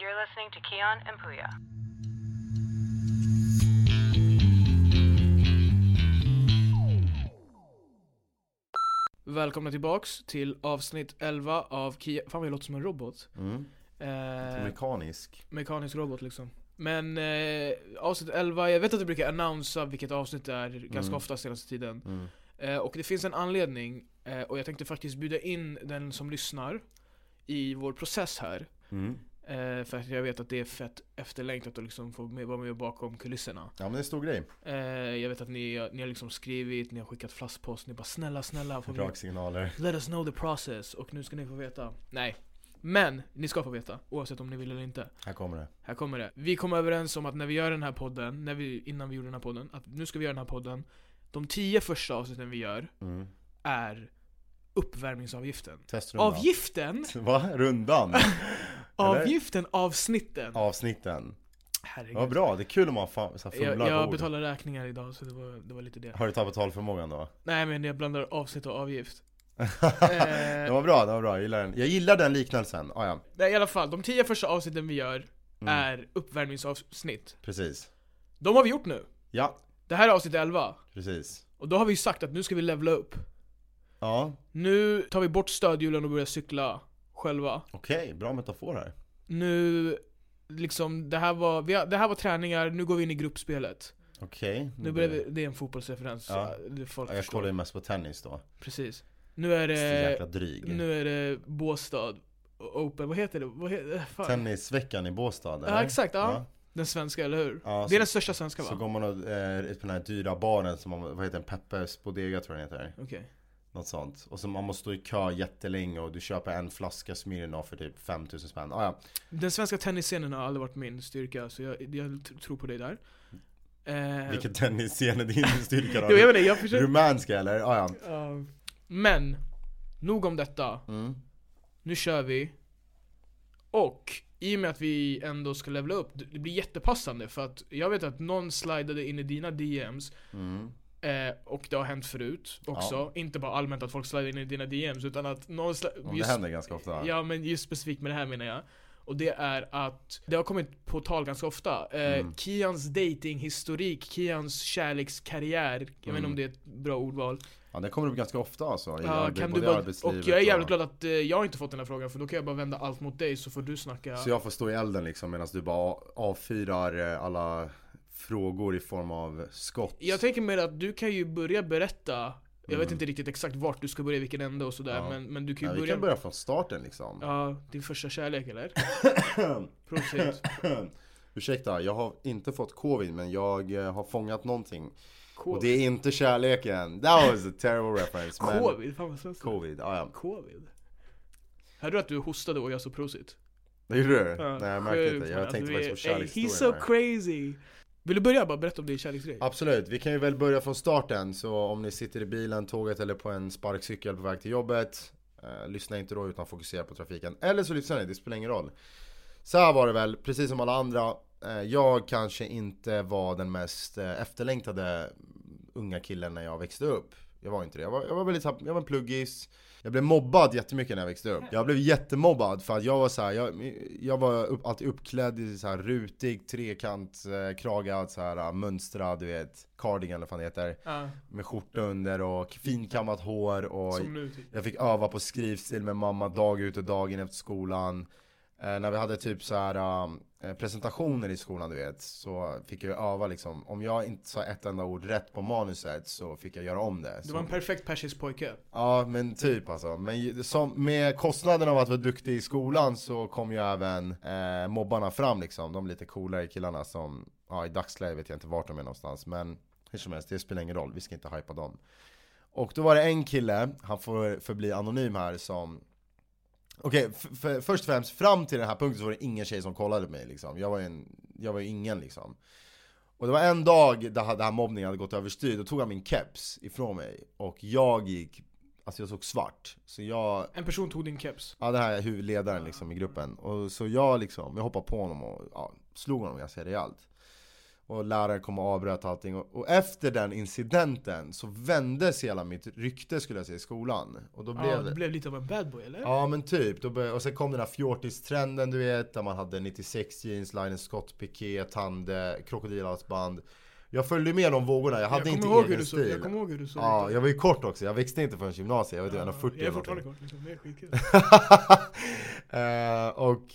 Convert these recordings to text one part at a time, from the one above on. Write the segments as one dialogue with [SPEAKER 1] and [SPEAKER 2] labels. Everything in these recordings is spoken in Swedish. [SPEAKER 1] listening to Keon and Puya.
[SPEAKER 2] Välkomna tillbaks till avsnitt 11 av Kia... Fan vad jag låter som en robot.
[SPEAKER 3] Mm.
[SPEAKER 2] Eh,
[SPEAKER 3] Mekanisk.
[SPEAKER 2] mekanisk robot liksom. Men eh, avsnitt 11, jag vet att du brukar annonsa vilket avsnitt det är ganska
[SPEAKER 3] Mm.
[SPEAKER 2] ofta senaste tiden.
[SPEAKER 3] Mm.
[SPEAKER 2] Eh, och det finns en anledning, eh, och jag tänkte faktiskt bjuda in den som lyssnar i vår process här.
[SPEAKER 3] Mm.
[SPEAKER 2] Eh, för att jag vet att det är fett efterlängtat att liksom få med, vara med bakom kulisserna.
[SPEAKER 3] Ja men det är en stor grej.
[SPEAKER 2] Eh, jag vet att ni, ni har liksom skrivit, ni har skickat flaskpost, ni bara snälla snälla få med
[SPEAKER 3] Raksignaler.
[SPEAKER 2] Let us know the process och nu ska ni få veta. Nej. Men ni ska få veta, oavsett om ni vill eller inte.
[SPEAKER 3] Här kommer det.
[SPEAKER 2] Här kommer det. Vi kom överens om att när vi gör den här podden, när vi, innan vi gjorde den här podden, att nu ska vi göra den här podden. De tio första avsnitten vi gör
[SPEAKER 3] Mm.
[SPEAKER 2] är uppvärmningsavgiften.
[SPEAKER 3] Testrundan.
[SPEAKER 2] Avgiften?
[SPEAKER 3] Va? Rundan?
[SPEAKER 2] Avgiften, avsnitten.
[SPEAKER 3] Avsnitten. Vad
[SPEAKER 2] Herregud.
[SPEAKER 3] bra, det är kul om man fa- så här
[SPEAKER 2] Jag,
[SPEAKER 3] fumlar på
[SPEAKER 2] jag
[SPEAKER 3] ord.
[SPEAKER 2] betalar räkningar idag så det var, det var lite det.
[SPEAKER 3] Har du tappat talförmågan då?
[SPEAKER 2] Nej men jag blandar avsnitt och avgift. Eh.
[SPEAKER 3] det var bra, det var bra. Jag gillar den, jag gillar den liknelsen. Ah, ja,
[SPEAKER 2] Nej i alla fall, de tio första avsnitten vi gör
[SPEAKER 3] Mm.
[SPEAKER 2] är uppvärmningsavsnitt.
[SPEAKER 3] precis.
[SPEAKER 2] De har vi gjort nu.
[SPEAKER 3] Ja,
[SPEAKER 2] Det här är avsnitt 11.
[SPEAKER 3] precis.
[SPEAKER 2] Och då har vi ju sagt att nu ska vi levla upp.
[SPEAKER 3] Ja,
[SPEAKER 2] Nu tar vi bort stödhjulen och börjar cykla själva.
[SPEAKER 3] okej. Bra metafor här.
[SPEAKER 2] Nu, liksom, det här var, vi har, det här var träningar, nu går vi in i gruppspelet.
[SPEAKER 3] Okej.
[SPEAKER 2] Nu börjar vi, det är en fotbollsreferens,
[SPEAKER 3] Mm. Ja.
[SPEAKER 2] det folk
[SPEAKER 3] Ja, Jag
[SPEAKER 2] förstår.
[SPEAKER 3] kollar ju mest på tennis då.
[SPEAKER 2] Precis. Nu är
[SPEAKER 3] Så jäkla
[SPEAKER 2] det,
[SPEAKER 3] dryg.
[SPEAKER 2] Eh, nu är det Båstad Open, vad heter det? Vad heter, äh, fan.
[SPEAKER 3] Tennisveckan i Båstad eller?
[SPEAKER 2] Ja exakt, ja. Den svenska, eller hur?
[SPEAKER 3] Ja,
[SPEAKER 2] det är
[SPEAKER 3] så-
[SPEAKER 2] den största svenska
[SPEAKER 3] Så
[SPEAKER 2] va?
[SPEAKER 3] går man och, eh, ut på den här dyra baren som, man- vad heter den? Peppers Bodega tror jag den heter.
[SPEAKER 2] Okej.
[SPEAKER 3] Något sånt. Och så man måste stå i kö jättelänge och du köper en flaska Smirnoff för typ 5000 spänn. Ah, ja.
[SPEAKER 2] Den svenska tennisscenen har aldrig varit min styrka, så jag, jag t- tror på dig där. Eh,
[SPEAKER 3] Vilken tennisscen är din styrka då?
[SPEAKER 2] jo, jag vet inte, jag försöker...
[SPEAKER 3] Rumänska eller? Ah, ja.
[SPEAKER 2] Ja. men, nog om detta.
[SPEAKER 3] Mm.
[SPEAKER 2] Nu kör vi. Och i och med att vi ändå ska levla upp, det det blir jättepassande för att jag vet att någon slidade in i dina DMs
[SPEAKER 3] Mm.
[SPEAKER 2] eh, och det har hänt förut också. Inte bara allmänt att folk slidade in i dina DMs utan att någon
[SPEAKER 3] Ja,
[SPEAKER 2] slidade...
[SPEAKER 3] Det händer ganska ofta.
[SPEAKER 2] Ja men just specifikt med det här menar jag. Och det är att det har kommit på tal ganska ofta. Eh,
[SPEAKER 3] Mm.
[SPEAKER 2] Kians datinghistorik, Kians kärlekskarriär. Jag vet inte
[SPEAKER 3] Mm.
[SPEAKER 2] om det är ett bra ordval.
[SPEAKER 3] Ja, det kommer upp ganska ofta alltså. I
[SPEAKER 2] Ja,
[SPEAKER 3] arbe-
[SPEAKER 2] kan
[SPEAKER 3] både
[SPEAKER 2] du
[SPEAKER 3] i
[SPEAKER 2] bara, och
[SPEAKER 3] arbetslivet
[SPEAKER 2] jag är jävligt glad att eh, jag inte fått den här frågan för då kan jag bara vända allt mot dig så får du snacka
[SPEAKER 3] Så jag får stå i elden liksom medan du bara avfyrar eh, alla frågor i form av skott.
[SPEAKER 2] Jag tänker mer att du kan ju börja berätta Jag vet
[SPEAKER 3] Mm.
[SPEAKER 2] inte riktigt exakt vart du ska börja, vilken ände och sådär
[SPEAKER 3] Ja.
[SPEAKER 2] men, men du kan
[SPEAKER 3] Nej,
[SPEAKER 2] ju
[SPEAKER 3] vi
[SPEAKER 2] börja,
[SPEAKER 3] kan börja från starten liksom.
[SPEAKER 2] Ja, din första kärlek eller? Prosit
[SPEAKER 3] Ursäkta, jag har inte fått covid men jag eh, har fångat någonting.
[SPEAKER 2] Covid,
[SPEAKER 3] Och det är inte kärleken. That was a terrible reference. men-
[SPEAKER 2] covid, fan vad svenskt
[SPEAKER 3] Covid, ah, ja.
[SPEAKER 2] Covid Hörde du att du hostade och jag sa prosit?
[SPEAKER 3] Det gjorde du?
[SPEAKER 2] Ja,
[SPEAKER 3] Nej jag märkte
[SPEAKER 2] sjukt,
[SPEAKER 3] inte.
[SPEAKER 2] man.
[SPEAKER 3] Jag tänkte
[SPEAKER 2] Du är-
[SPEAKER 3] faktiskt på
[SPEAKER 2] Ey, He's so
[SPEAKER 3] kärlekshistorien. här.
[SPEAKER 2] crazy Vill du börja bara berätta om din kärleksgrej?
[SPEAKER 3] Absolut, vi kan ju väl börja från starten. Så om ni sitter i bilen, tåget eller på en sparkcykel på väg till jobbet. Eh, lyssna inte då utan fokusera på trafiken. Eller så lyssnar ni, det spelar ingen roll. Så här var det väl, precis som alla andra. Eh, jag kanske inte var den mest eh, efterlängtade unga killen när jag växte upp. Jag var inte det. Jag var, jag var väldigt, jag var en pluggis. Jag blev mobbad jättemycket när jag växte upp. Jag blev jättemobbad för att jag var så här, jag, jag var upp, alltid uppklädd i så här rutig trekant, eh, kragad, så här eh, mönstrad, du vet, cardigan eller vad fan det heter.
[SPEAKER 2] Ja,
[SPEAKER 3] Med skjorta under och finkammat hår och
[SPEAKER 2] som nu typ
[SPEAKER 3] jag fick öva på skrivstil med mamma dag ut och dag in efter skolan. Eh, när vi hade typ så här eh, presentationer i skolan du vet, så fick jag öva liksom. Om jag inte sa ett enda ord rätt på manuset så fick jag göra om det.
[SPEAKER 2] Du
[SPEAKER 3] Så-
[SPEAKER 2] var en perfekt persisk pojke
[SPEAKER 3] Ja men typ alltså. Men ju- som, med kostnaden av att vara duktig i skolan så kom ju även eh, mobbarna fram liksom. De lite coolare killarna som, ja i dagsläget vet jag inte vart de är någonstans. Men hur som helst, det spelar ingen roll. Vi ska inte hypa dem. Och då var det en kille, han får förbli anonym här som Okej, f- f- först och främst, fram till den här punkten så var det ingen tjej som kollade på mig liksom. Jag var ju, en, jag var ju ingen liksom. Och det var en dag där den här mobbningen hade gått överstyr, då tog han min keps ifrån mig. Och jag gick, alltså jag såg svart. Så jag,
[SPEAKER 2] En person tog din keps
[SPEAKER 3] ja den här
[SPEAKER 2] Ah.
[SPEAKER 3] huvudledaren liksom i gruppen. Och så jag liksom, jag hoppade på honom och ja, slog honom ganska rejält. Och läraren kom och avbröt allting. Och, och efter den incidenten så vändes hela mitt rykte skulle jag säga i skolan. Och då blev
[SPEAKER 2] Ja, det Ah, blev lite av en bad boy eller?
[SPEAKER 3] Ja men typ, då började, och sen kom den här fjortistrenden du vet Där man hade 96 jeans, linen skottpiké, tande, krokodilhalsband Jag följde med de vågorna, jag hade
[SPEAKER 2] jag
[SPEAKER 3] inte
[SPEAKER 2] kommer ihåg hur
[SPEAKER 3] egen
[SPEAKER 2] du såg-
[SPEAKER 3] stil
[SPEAKER 2] Jag kommer ihåg hur du såg
[SPEAKER 3] Ja,
[SPEAKER 2] ut.
[SPEAKER 3] jag var ju kort också, jag växte inte förrän gymnasiet, jag var typ
[SPEAKER 2] Ja,
[SPEAKER 3] 140
[SPEAKER 2] Jag är
[SPEAKER 3] eller
[SPEAKER 2] fortfarande kort
[SPEAKER 3] någonting
[SPEAKER 2] liksom, det är skitkul.
[SPEAKER 3] Eh, Och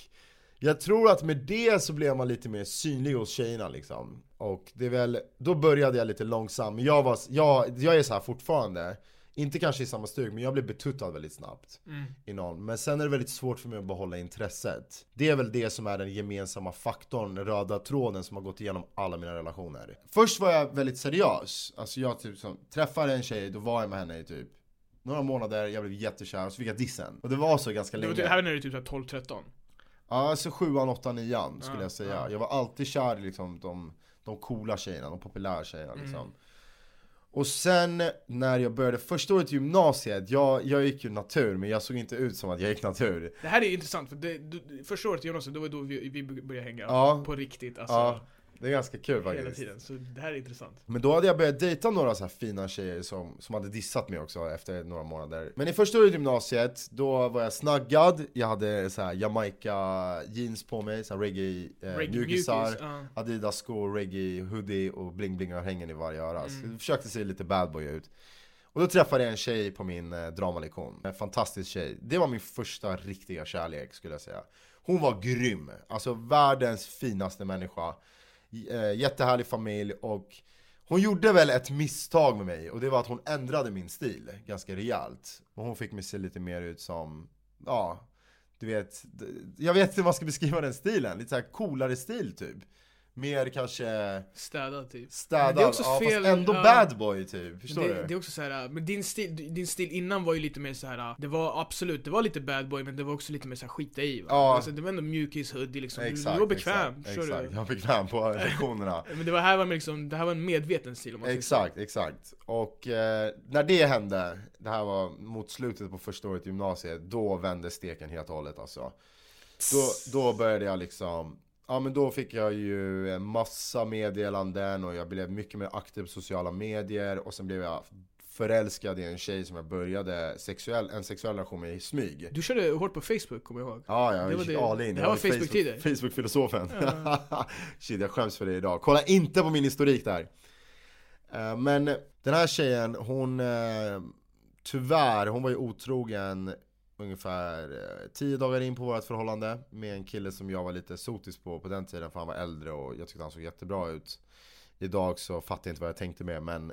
[SPEAKER 3] jag tror att med det så blev man lite mer synlig hos tjejerna liksom Och det är väl, då började jag lite långsamt, men jag var, jag, jag är så här fortfarande Inte kanske i samma stug, men jag blev betuttad väldigt snabbt
[SPEAKER 2] Mm.
[SPEAKER 3] i någon. Men sen är det väldigt svårt för mig att behålla intresset. Det är väl det som är den gemensamma faktorn, den röda tråden som har gått igenom alla mina relationer. Först var jag väldigt seriös. Alltså jag typ som, träffade en tjej, då var jag med henne i typ några månader, jag blev jättekär, och så fick jag dissen. Och det var så ganska
[SPEAKER 2] Det var
[SPEAKER 3] länge.
[SPEAKER 2] typ, här när du är typ så här 12-13.
[SPEAKER 3] Ja, alltså sjuan, åttan, nian skulle
[SPEAKER 2] Ja,
[SPEAKER 3] jag säga.
[SPEAKER 2] ja.
[SPEAKER 3] Jag var alltid kär i liksom, de, de coola tjejerna, de populära tjejerna
[SPEAKER 2] Mm.
[SPEAKER 3] liksom. Och sen när jag började första året i gymnasiet, jag, jag gick ju natur men jag såg inte ut som att jag gick natur.
[SPEAKER 2] Det här är ju intressant, för det, du, första året i gymnasiet, det var då vi, vi började hänga.
[SPEAKER 3] Ja.
[SPEAKER 2] På riktigt alltså.
[SPEAKER 3] Ja, det är ganska kul
[SPEAKER 2] hela
[SPEAKER 3] faktiskt.
[SPEAKER 2] tiden. Så det här är intressant.
[SPEAKER 3] Men då hade jag börjat dejta några så här fina tjejer som, som hade dissat mig också efter några månader. Men i första året i gymnasiet, då var jag snaggad, jag hade så här Jamaica jeans på mig, så här reggae, eh,
[SPEAKER 2] Reggae
[SPEAKER 3] mjukisar.
[SPEAKER 2] mjukis, ja.
[SPEAKER 3] Adidas skor, reggae, hoodie och bling bling örhängen i varje öra. Så
[SPEAKER 2] Mm.
[SPEAKER 3] det försökte se lite bad boy ut. Och då träffade jag en tjej på min eh, dramalektion. En fantastisk tjej. Det var min första riktiga kärlek skulle jag säga. Hon var grym. Alltså världens finaste människa. J- eh, Jättehärlig familj och hon gjorde väl ett misstag med mig och det var att hon ändrade min stil ganska rejält. Och hon fick mig se lite mer ut som, ja, du vet, d- jag vet inte hur man ska beskriva den stilen. Lite så här coolare stil typ. Mer kanske
[SPEAKER 2] Städad typ.
[SPEAKER 3] städad,
[SPEAKER 2] Det är också
[SPEAKER 3] ja,
[SPEAKER 2] fel,
[SPEAKER 3] fast ändå
[SPEAKER 2] ja.
[SPEAKER 3] bad boy typ.
[SPEAKER 2] Men
[SPEAKER 3] Förstår
[SPEAKER 2] det,
[SPEAKER 3] du?
[SPEAKER 2] det är också så här, men din stil, din stil innan var ju lite mer så här. det var absolut, det var lite bad boy men det var också lite mer så här skita i va?
[SPEAKER 3] Ja.
[SPEAKER 2] Alltså, det var ändå mjukis, hoodie liksom, Du- du var bekväm,
[SPEAKER 3] exakt,
[SPEAKER 2] förstår
[SPEAKER 3] exakt. Jag var bekväm på lektionerna.
[SPEAKER 2] du? Men det var här var mer liksom, det här var en medveten stil om man säger så.
[SPEAKER 3] Exakt, exakt. Och eh, när det hände, det här var mot slutet på första året i gymnasiet, då vände steken helt och hållet alltså. Då, då började jag liksom, ja men då fick jag ju en massa meddelanden och jag blev mycket mer aktiv på sociala medier och sen blev jag förälskad i en tjej som jag började sexuell, en sexuell relation med i smyg.
[SPEAKER 2] Du körde hårt på Facebook kommer jag ihåg.
[SPEAKER 3] Ja, ja,
[SPEAKER 2] Det
[SPEAKER 3] det
[SPEAKER 2] var
[SPEAKER 3] var
[SPEAKER 2] det.
[SPEAKER 3] all in.
[SPEAKER 2] Det
[SPEAKER 3] Jag
[SPEAKER 2] här var
[SPEAKER 3] ju Facebook-
[SPEAKER 2] Facebook-tider.
[SPEAKER 3] Facebook-filosofen. Shit, jag skäms för det idag. Kolla inte på min historik där. Eh, Men den här tjejen, hon eh, tyvärr, hon var ju otrogen ungefär eh, tio dagar in på vårt förhållande med en kille som jag var lite sotis på på den tiden för han var äldre och jag tyckte han såg jättebra ut. Idag så fattar jag inte vad jag tänkte med men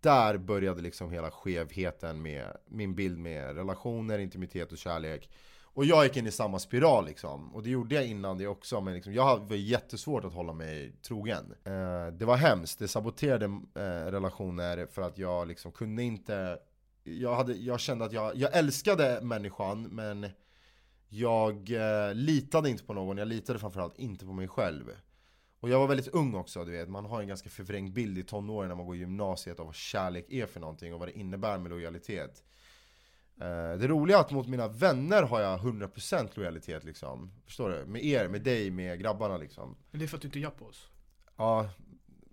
[SPEAKER 3] där började liksom hela skevheten med min bild med relationer, intimitet och kärlek. Och jag gick in i samma spiral liksom. Och det gjorde jag innan det också. Men liksom, jag hade- var jättesvårt att hålla mig trogen. Eh, det var hemskt. Det saboterade eh, relationer för att jag liksom kunde inte... Jag, hade, jag kände att jag, jag älskade människan men jag eh, litade inte på någon. Jag litade framförallt inte på mig själv. Och jag var väldigt ung också, du vet. Man har en ganska förvrängd bild i tonåren när man går i gymnasiet av vad kärlek är för någonting och vad det innebär med lojalitet. Eh, Det roliga är att mot mina vänner har jag 100% lojalitet liksom. Förstår du? Med er, med dig, med grabbarna liksom.
[SPEAKER 2] Men det är för att du inte jappade oss.
[SPEAKER 3] Ja,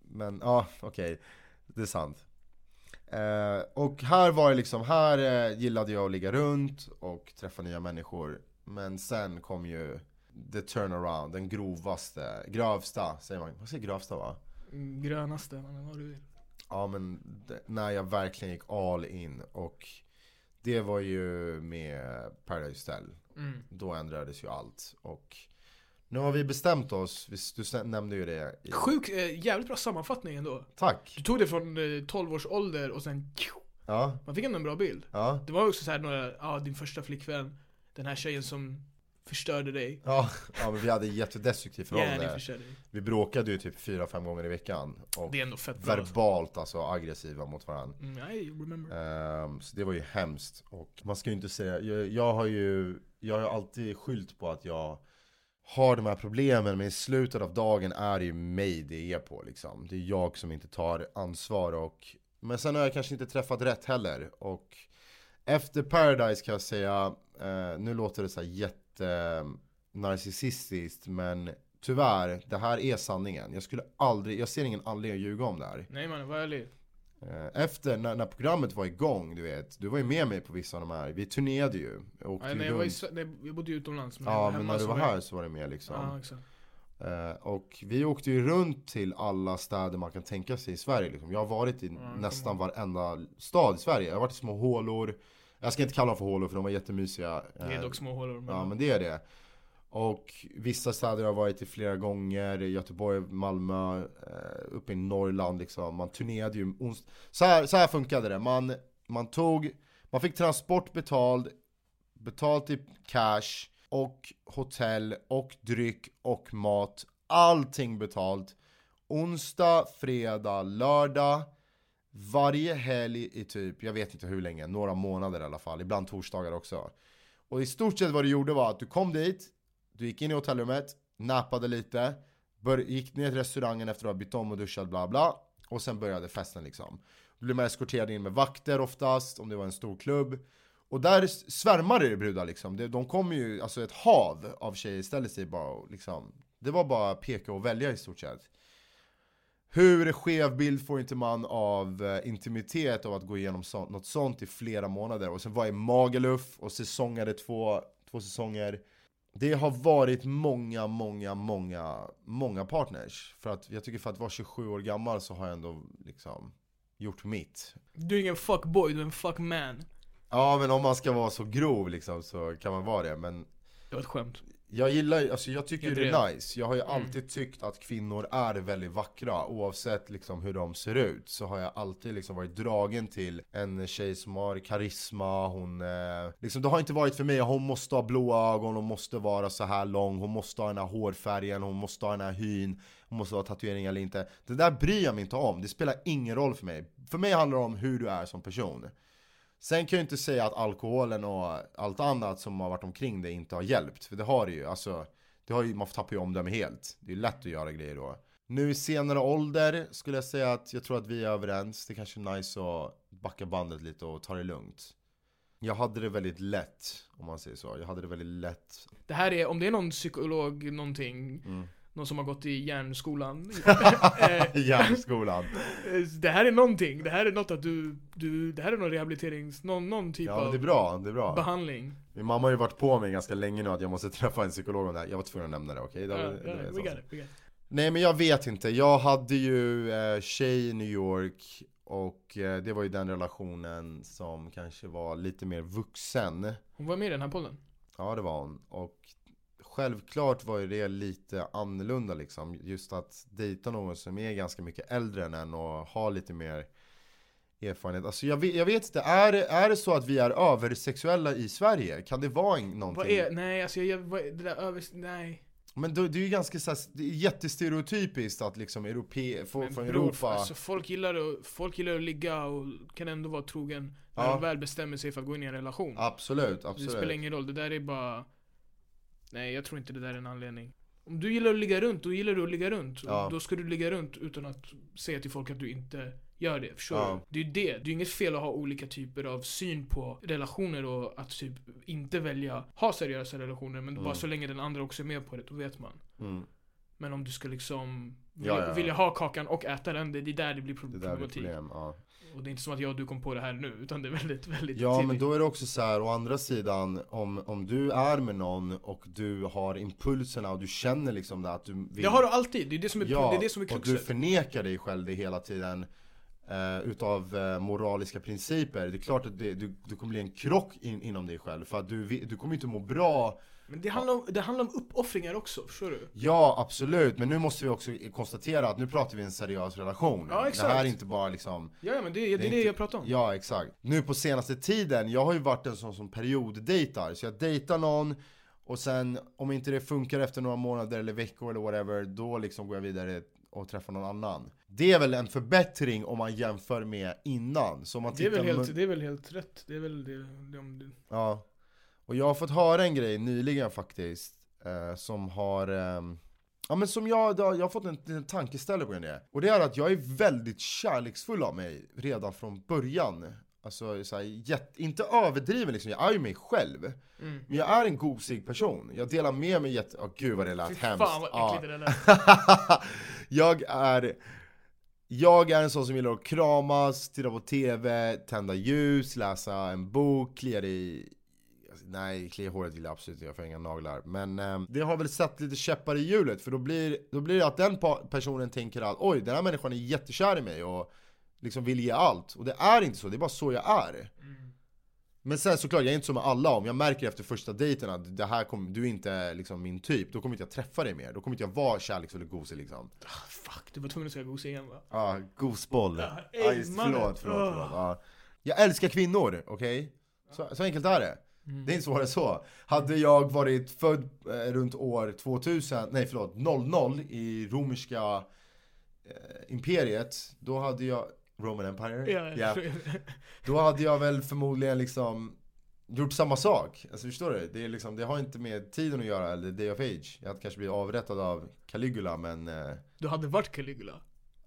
[SPEAKER 3] men ja, okej. Det är sant. Eh, och här var det liksom, här eh, gillade jag att ligga runt och träffa nya människor. Men sen kom ju the turnaround, den grovaste, grövsta, säger man. Man säger grövsta va?
[SPEAKER 2] Mm, Grönaste, men vad du vill.
[SPEAKER 3] Ja men det, när jag verkligen gick all in och det var ju med Paradise Hotel.
[SPEAKER 2] Mm.
[SPEAKER 3] då ändrades ju allt. Och nu har vi bestämt oss, Visst, du sä- nämnde ju det. i-
[SPEAKER 2] Sjuk, eh, jävligt bra sammanfattning ändå.
[SPEAKER 3] Tack!
[SPEAKER 2] Du tog det från eh, 12 års ålder och sen
[SPEAKER 3] Ja,
[SPEAKER 2] man fick ändå en bra bild.
[SPEAKER 3] ja,
[SPEAKER 2] Det var också så här några, ja din första flickvän, den här tjejen som förstörde dig.
[SPEAKER 3] ja. ja men vi hade ett jättedestruktivt
[SPEAKER 2] Gärning
[SPEAKER 3] förhållande.
[SPEAKER 2] förstörde dig.
[SPEAKER 3] Vi bråkade ju typ 4-5 gånger i veckan. eh, Och
[SPEAKER 2] Det är ändå fett bra. alltså.
[SPEAKER 3] verbalt alltså aggressiva mot varandra.
[SPEAKER 2] Mm, I remember.
[SPEAKER 3] Ehm, så det var ju hemskt. Och man ska ju inte säga, jag, jag har ju jag har ju alltid skylt på att jag har de här problemen men i slutet av dagen är det ju mig det är på liksom. Det är jag som inte tar ansvar och men sen har jag kanske inte träffat rätt heller och efter Paradise kan jag säga, eh, nu låter det så här jätte narcissistiskt men tyvärr, det här är sanningen. Jag skulle aldrig, jag ser ingen anledning att ljuga om det här.
[SPEAKER 2] Nej man, var ärlig.
[SPEAKER 3] Eh, Efter, när, när programmet var igång, du vet, du var ju med mig på vissa av de här, vi turnerade ju. Jag åkte
[SPEAKER 2] Nej,
[SPEAKER 3] ju
[SPEAKER 2] nej, jag, var i,
[SPEAKER 3] runt.
[SPEAKER 2] Sve- nej, jag bodde ju utomlands men jag
[SPEAKER 3] Ja,
[SPEAKER 2] var
[SPEAKER 3] men
[SPEAKER 2] hemma
[SPEAKER 3] när du
[SPEAKER 2] som
[SPEAKER 3] var
[SPEAKER 2] jag-
[SPEAKER 3] här så var du med liksom.
[SPEAKER 2] Ja, exakt.
[SPEAKER 3] Eh, och vi åkte ju runt till alla städer man kan tänka sig i Sverige. Liksom. Jag har varit i
[SPEAKER 2] jag
[SPEAKER 3] nästan varenda stad i Sverige. Jag har varit i små hålor. Jag ska inte kalla dem för hålor för de var jättemysiga.
[SPEAKER 2] Det är
[SPEAKER 3] Eh,
[SPEAKER 2] dock små hålor men...
[SPEAKER 3] Ja men det är det. Och vissa städer har jag varit i flera gånger. Göteborg, Malmö, eh, uppe i Norrland liksom. Man turnerade ju. Ons- så, här, så här funkade det. Man, man tog, man fick transport betald, betalt i cash och hotell och dryck och mat. Allting betalt. Onsdag, fredag, lördag. Varje helg i typ, jag vet inte hur länge, några månader i alla fall. Ibland torsdagar också. Och i stort sett vad du gjorde var att du kom dit, du gick in i hotellrummet, nappade lite, bör- gick ner till restaurangen efter att ha bytt om och duschat bla bla. Och sen började festen liksom. Du blev man eskorterad in med vakter oftast, om det var en stor klubb. Och där s- svärmade det brudar liksom. Det- De kom ju, alltså ett hav av tjejer ställde sig bara och liksom. Det var bara att peka och välja i stort sett. Hur skev bild får inte man av eh, intimitet av att gå igenom så, något sånt i flera månader? Och sen var jag i Magaluf och säsongade två, två säsonger. Det har varit många, många, många, många partners. För att jag tycker för att vara 27 år gammal så har jag ändå liksom gjort mitt.
[SPEAKER 2] Du är ingen fuckboy, du är en fuckman.
[SPEAKER 3] Ja men om man ska vara så grov liksom så kan man vara det. Men
[SPEAKER 2] Det var ett skämt.
[SPEAKER 3] jag gillar ju- alltså jag tycker
[SPEAKER 2] Jag
[SPEAKER 3] ju det
[SPEAKER 2] drev.
[SPEAKER 3] är nice. Jag har ju alltid tyckt att kvinnor är väldigt vackra. Oavsett liksom hur de ser ut så har jag alltid liksom varit dragen till en tjej som har karisma, hon... Eh, liksom det har inte varit för mig, hon måste ha blåa ögon, hon måste vara så här lång, hon måste ha den här hårfärgen, hon måste ha den här hyn, hon måste ha tatueringar eller inte. Det där bryr jag mig inte om, det spelar ingen roll för mig. För mig handlar det om hur du är som person. Sen kan jag ju inte säga att alkoholen och allt annat som har varit omkring det inte har hjälpt. För det har det ju. Alltså, det har ju man tappar ju om dem helt. Det är ju lätt att göra grejer då. Nu i senare ålder skulle jag säga att jag tror att vi är överens. Det kanske är nice att backa bandet lite och ta det lugnt. Jag hade det väldigt lätt, om man säger så. Jag hade det väldigt lätt.
[SPEAKER 2] Det här är, om det är någon psykolog någonting,
[SPEAKER 3] Mm.
[SPEAKER 2] någon som har gått i hjärnskolan. eh,
[SPEAKER 3] I Hjärnskolan.
[SPEAKER 2] det här är någonting, det här är något att du, du det här är någon rehabiliterings, någon, någon typ
[SPEAKER 3] Ja, men
[SPEAKER 2] av
[SPEAKER 3] det är bra. Det är bra.
[SPEAKER 2] behandling.
[SPEAKER 3] Min mamma har ju varit på mig ganska länge nu att jag måste träffa en psykolog om det här. Jag var tvungen att nämna det, okej? Det
[SPEAKER 2] Ja,
[SPEAKER 3] var-
[SPEAKER 2] ja,
[SPEAKER 3] det var en
[SPEAKER 2] we
[SPEAKER 3] sån
[SPEAKER 2] got
[SPEAKER 3] sak.
[SPEAKER 2] it, we got it.
[SPEAKER 3] Nej men jag vet inte, jag hade ju eh, tjej i New York och eh, det var ju den relationen som kanske var lite mer vuxen.
[SPEAKER 2] Hon var med i den här podden.
[SPEAKER 3] Ja det var hon. Och självklart var ju det lite annorlunda liksom. Just att dejta någon som är ganska mycket äldre än en och har lite mer erfarenhet. Alltså jag vet, jag vet inte, är, det- är det så att vi är översexuella i Sverige? Kan det vara en- någonting?
[SPEAKER 2] Vad är, nej alltså jag, vad, är- det där övers, nej.
[SPEAKER 3] Men det, det är ju ganska så här, det är jättestereotypiskt att liksom europe, från
[SPEAKER 2] Men
[SPEAKER 3] från
[SPEAKER 2] bror,
[SPEAKER 3] Europa
[SPEAKER 2] Alltså folk gillar, att, folk gillar att ligga och kan ändå vara trogen när
[SPEAKER 3] Ja.
[SPEAKER 2] de väl bestämmer sig för att gå in i en relation.
[SPEAKER 3] Absolut,
[SPEAKER 2] Det spelar
[SPEAKER 3] absolut.
[SPEAKER 2] ingen roll, det där är bara... Nej, jag tror inte det där är en anledning. Om du gillar att ligga runt, då gillar du att ligga runt.
[SPEAKER 3] Ja.
[SPEAKER 2] Då ska du ligga runt utan att säga till folk att du inte gör det. Förstår
[SPEAKER 3] Ja.
[SPEAKER 2] du? Det är ju det. Det är ju inget fel att ha olika typer av syn på relationer och att typ inte välja ha seriösa relationer, men bara så länge den andra också är med på det, då vet man.
[SPEAKER 3] Mm.
[SPEAKER 2] Men om du ska liksom vilja,
[SPEAKER 3] Ja, ja, ja.
[SPEAKER 2] vilja ha kakan och äta den, det det är där det blir pro-
[SPEAKER 3] Det där blir
[SPEAKER 2] problematik.
[SPEAKER 3] problem, ja.
[SPEAKER 2] Och det är inte som att jag och du kom på det här nu, utan det är väldigt, väldigt
[SPEAKER 3] ja
[SPEAKER 2] tidigt.
[SPEAKER 3] men då är det också så här, å andra sidan, om, om du är med någon och du har impulserna och du känner liksom det att du vill
[SPEAKER 2] Det har du alltid, det är det som är,
[SPEAKER 3] Ja,
[SPEAKER 2] det är, det som är
[SPEAKER 3] och du
[SPEAKER 2] kruxet.
[SPEAKER 3] förnekar dig själv det hela tiden eh, Utav eh, moraliska principer, det är klart att det, du, du kommer bli en krock in, inom dig själv För att du, vi- du kommer inte må bra
[SPEAKER 2] Men det handlar, om, det handlar om uppoffringar också, förstår du?
[SPEAKER 3] Ja absolut, men nu måste vi också konstatera att nu pratar vi en seriös relation
[SPEAKER 2] Ja,
[SPEAKER 3] Det här
[SPEAKER 2] exakt.
[SPEAKER 3] är inte bara liksom
[SPEAKER 2] Ja, ja men det, det, är det
[SPEAKER 3] inte-
[SPEAKER 2] jag pratar om.
[SPEAKER 3] Ja, exakt. Nu på senaste tiden, jag har ju varit en sån som perioddejtar. Så jag dejtar någon och sen om inte det funkar efter några månader eller veckor eller whatever, då liksom går jag vidare och träffar någon annan. Det är väl en förbättring om man jämför med innan. Så om man
[SPEAKER 2] det, är
[SPEAKER 3] tittar
[SPEAKER 2] väl
[SPEAKER 3] mö-
[SPEAKER 2] helt, det är väl helt rätt. Det är väl det, det, om det.
[SPEAKER 3] Ja. Och jag har fått höra en grej nyligen faktiskt, eh, som har ehm, Ja men som jag, jag har fått en, en tankeställare på grund av det. Och det är att jag är väldigt kärleksfull av mig redan från början. Alltså så här, jätt, inte överdriven liksom, jag är ju mig själv.
[SPEAKER 2] Mm.
[SPEAKER 3] Men jag är en gosig person. Jag delar med mig jätte... Åh gud vad det lät
[SPEAKER 2] Fy
[SPEAKER 3] hemskt.
[SPEAKER 2] fan vad
[SPEAKER 3] Ja.
[SPEAKER 2] äckligt det där lät.
[SPEAKER 3] jag är jag är en sån som gillar att kramas, titta på TV, tända ljus, läsa en bok, klia dig i... alltså, Nej, klia i håret vill jag absolut inte, jag får inga naglar. Men ehm, det har väl satt lite käppar i hjulet, för då blir, då blir det att den pa- personen tänker att oj, den här människan är jättekär i mig och liksom vill ge allt. Och det är inte så, det är bara så jag är.
[SPEAKER 2] Mm.
[SPEAKER 3] Men sen såklart, jag är inte så med alla. Om jag märker efter första dejten att det här kom, du är inte liksom min typ, då kommer inte jag träffa dig mer. Då kommer inte jag vara kärleksfull och gosig liksom.
[SPEAKER 2] Ah, fuck, du var tvungen att säga gosig igen va?
[SPEAKER 3] Ja, gosboll.
[SPEAKER 2] Ja,
[SPEAKER 3] Ja,
[SPEAKER 2] ey,
[SPEAKER 3] just,
[SPEAKER 2] mannen.
[SPEAKER 3] förlåt, förlåt,
[SPEAKER 2] Ah.
[SPEAKER 3] förlåt. Ja. Jag älskar kvinnor, okej? Så, så enkelt är det.
[SPEAKER 2] Mm.
[SPEAKER 3] Det är inte svårare än så. Hade jag varit född eh, runt år 2000, nej förlåt, 00 i romerska eh, imperiet, då hade jag, Roman Empire?
[SPEAKER 2] Ja,
[SPEAKER 3] Ja.
[SPEAKER 2] ja.
[SPEAKER 3] Då hade jag väl förmodligen liksom gjort samma sak. Alltså förstår du? Det, är liksom, det har inte med tiden att göra, eller day of age. Jag hade kanske blivit avrättad av Caligula, men eh,
[SPEAKER 2] Du hade varit Caligula.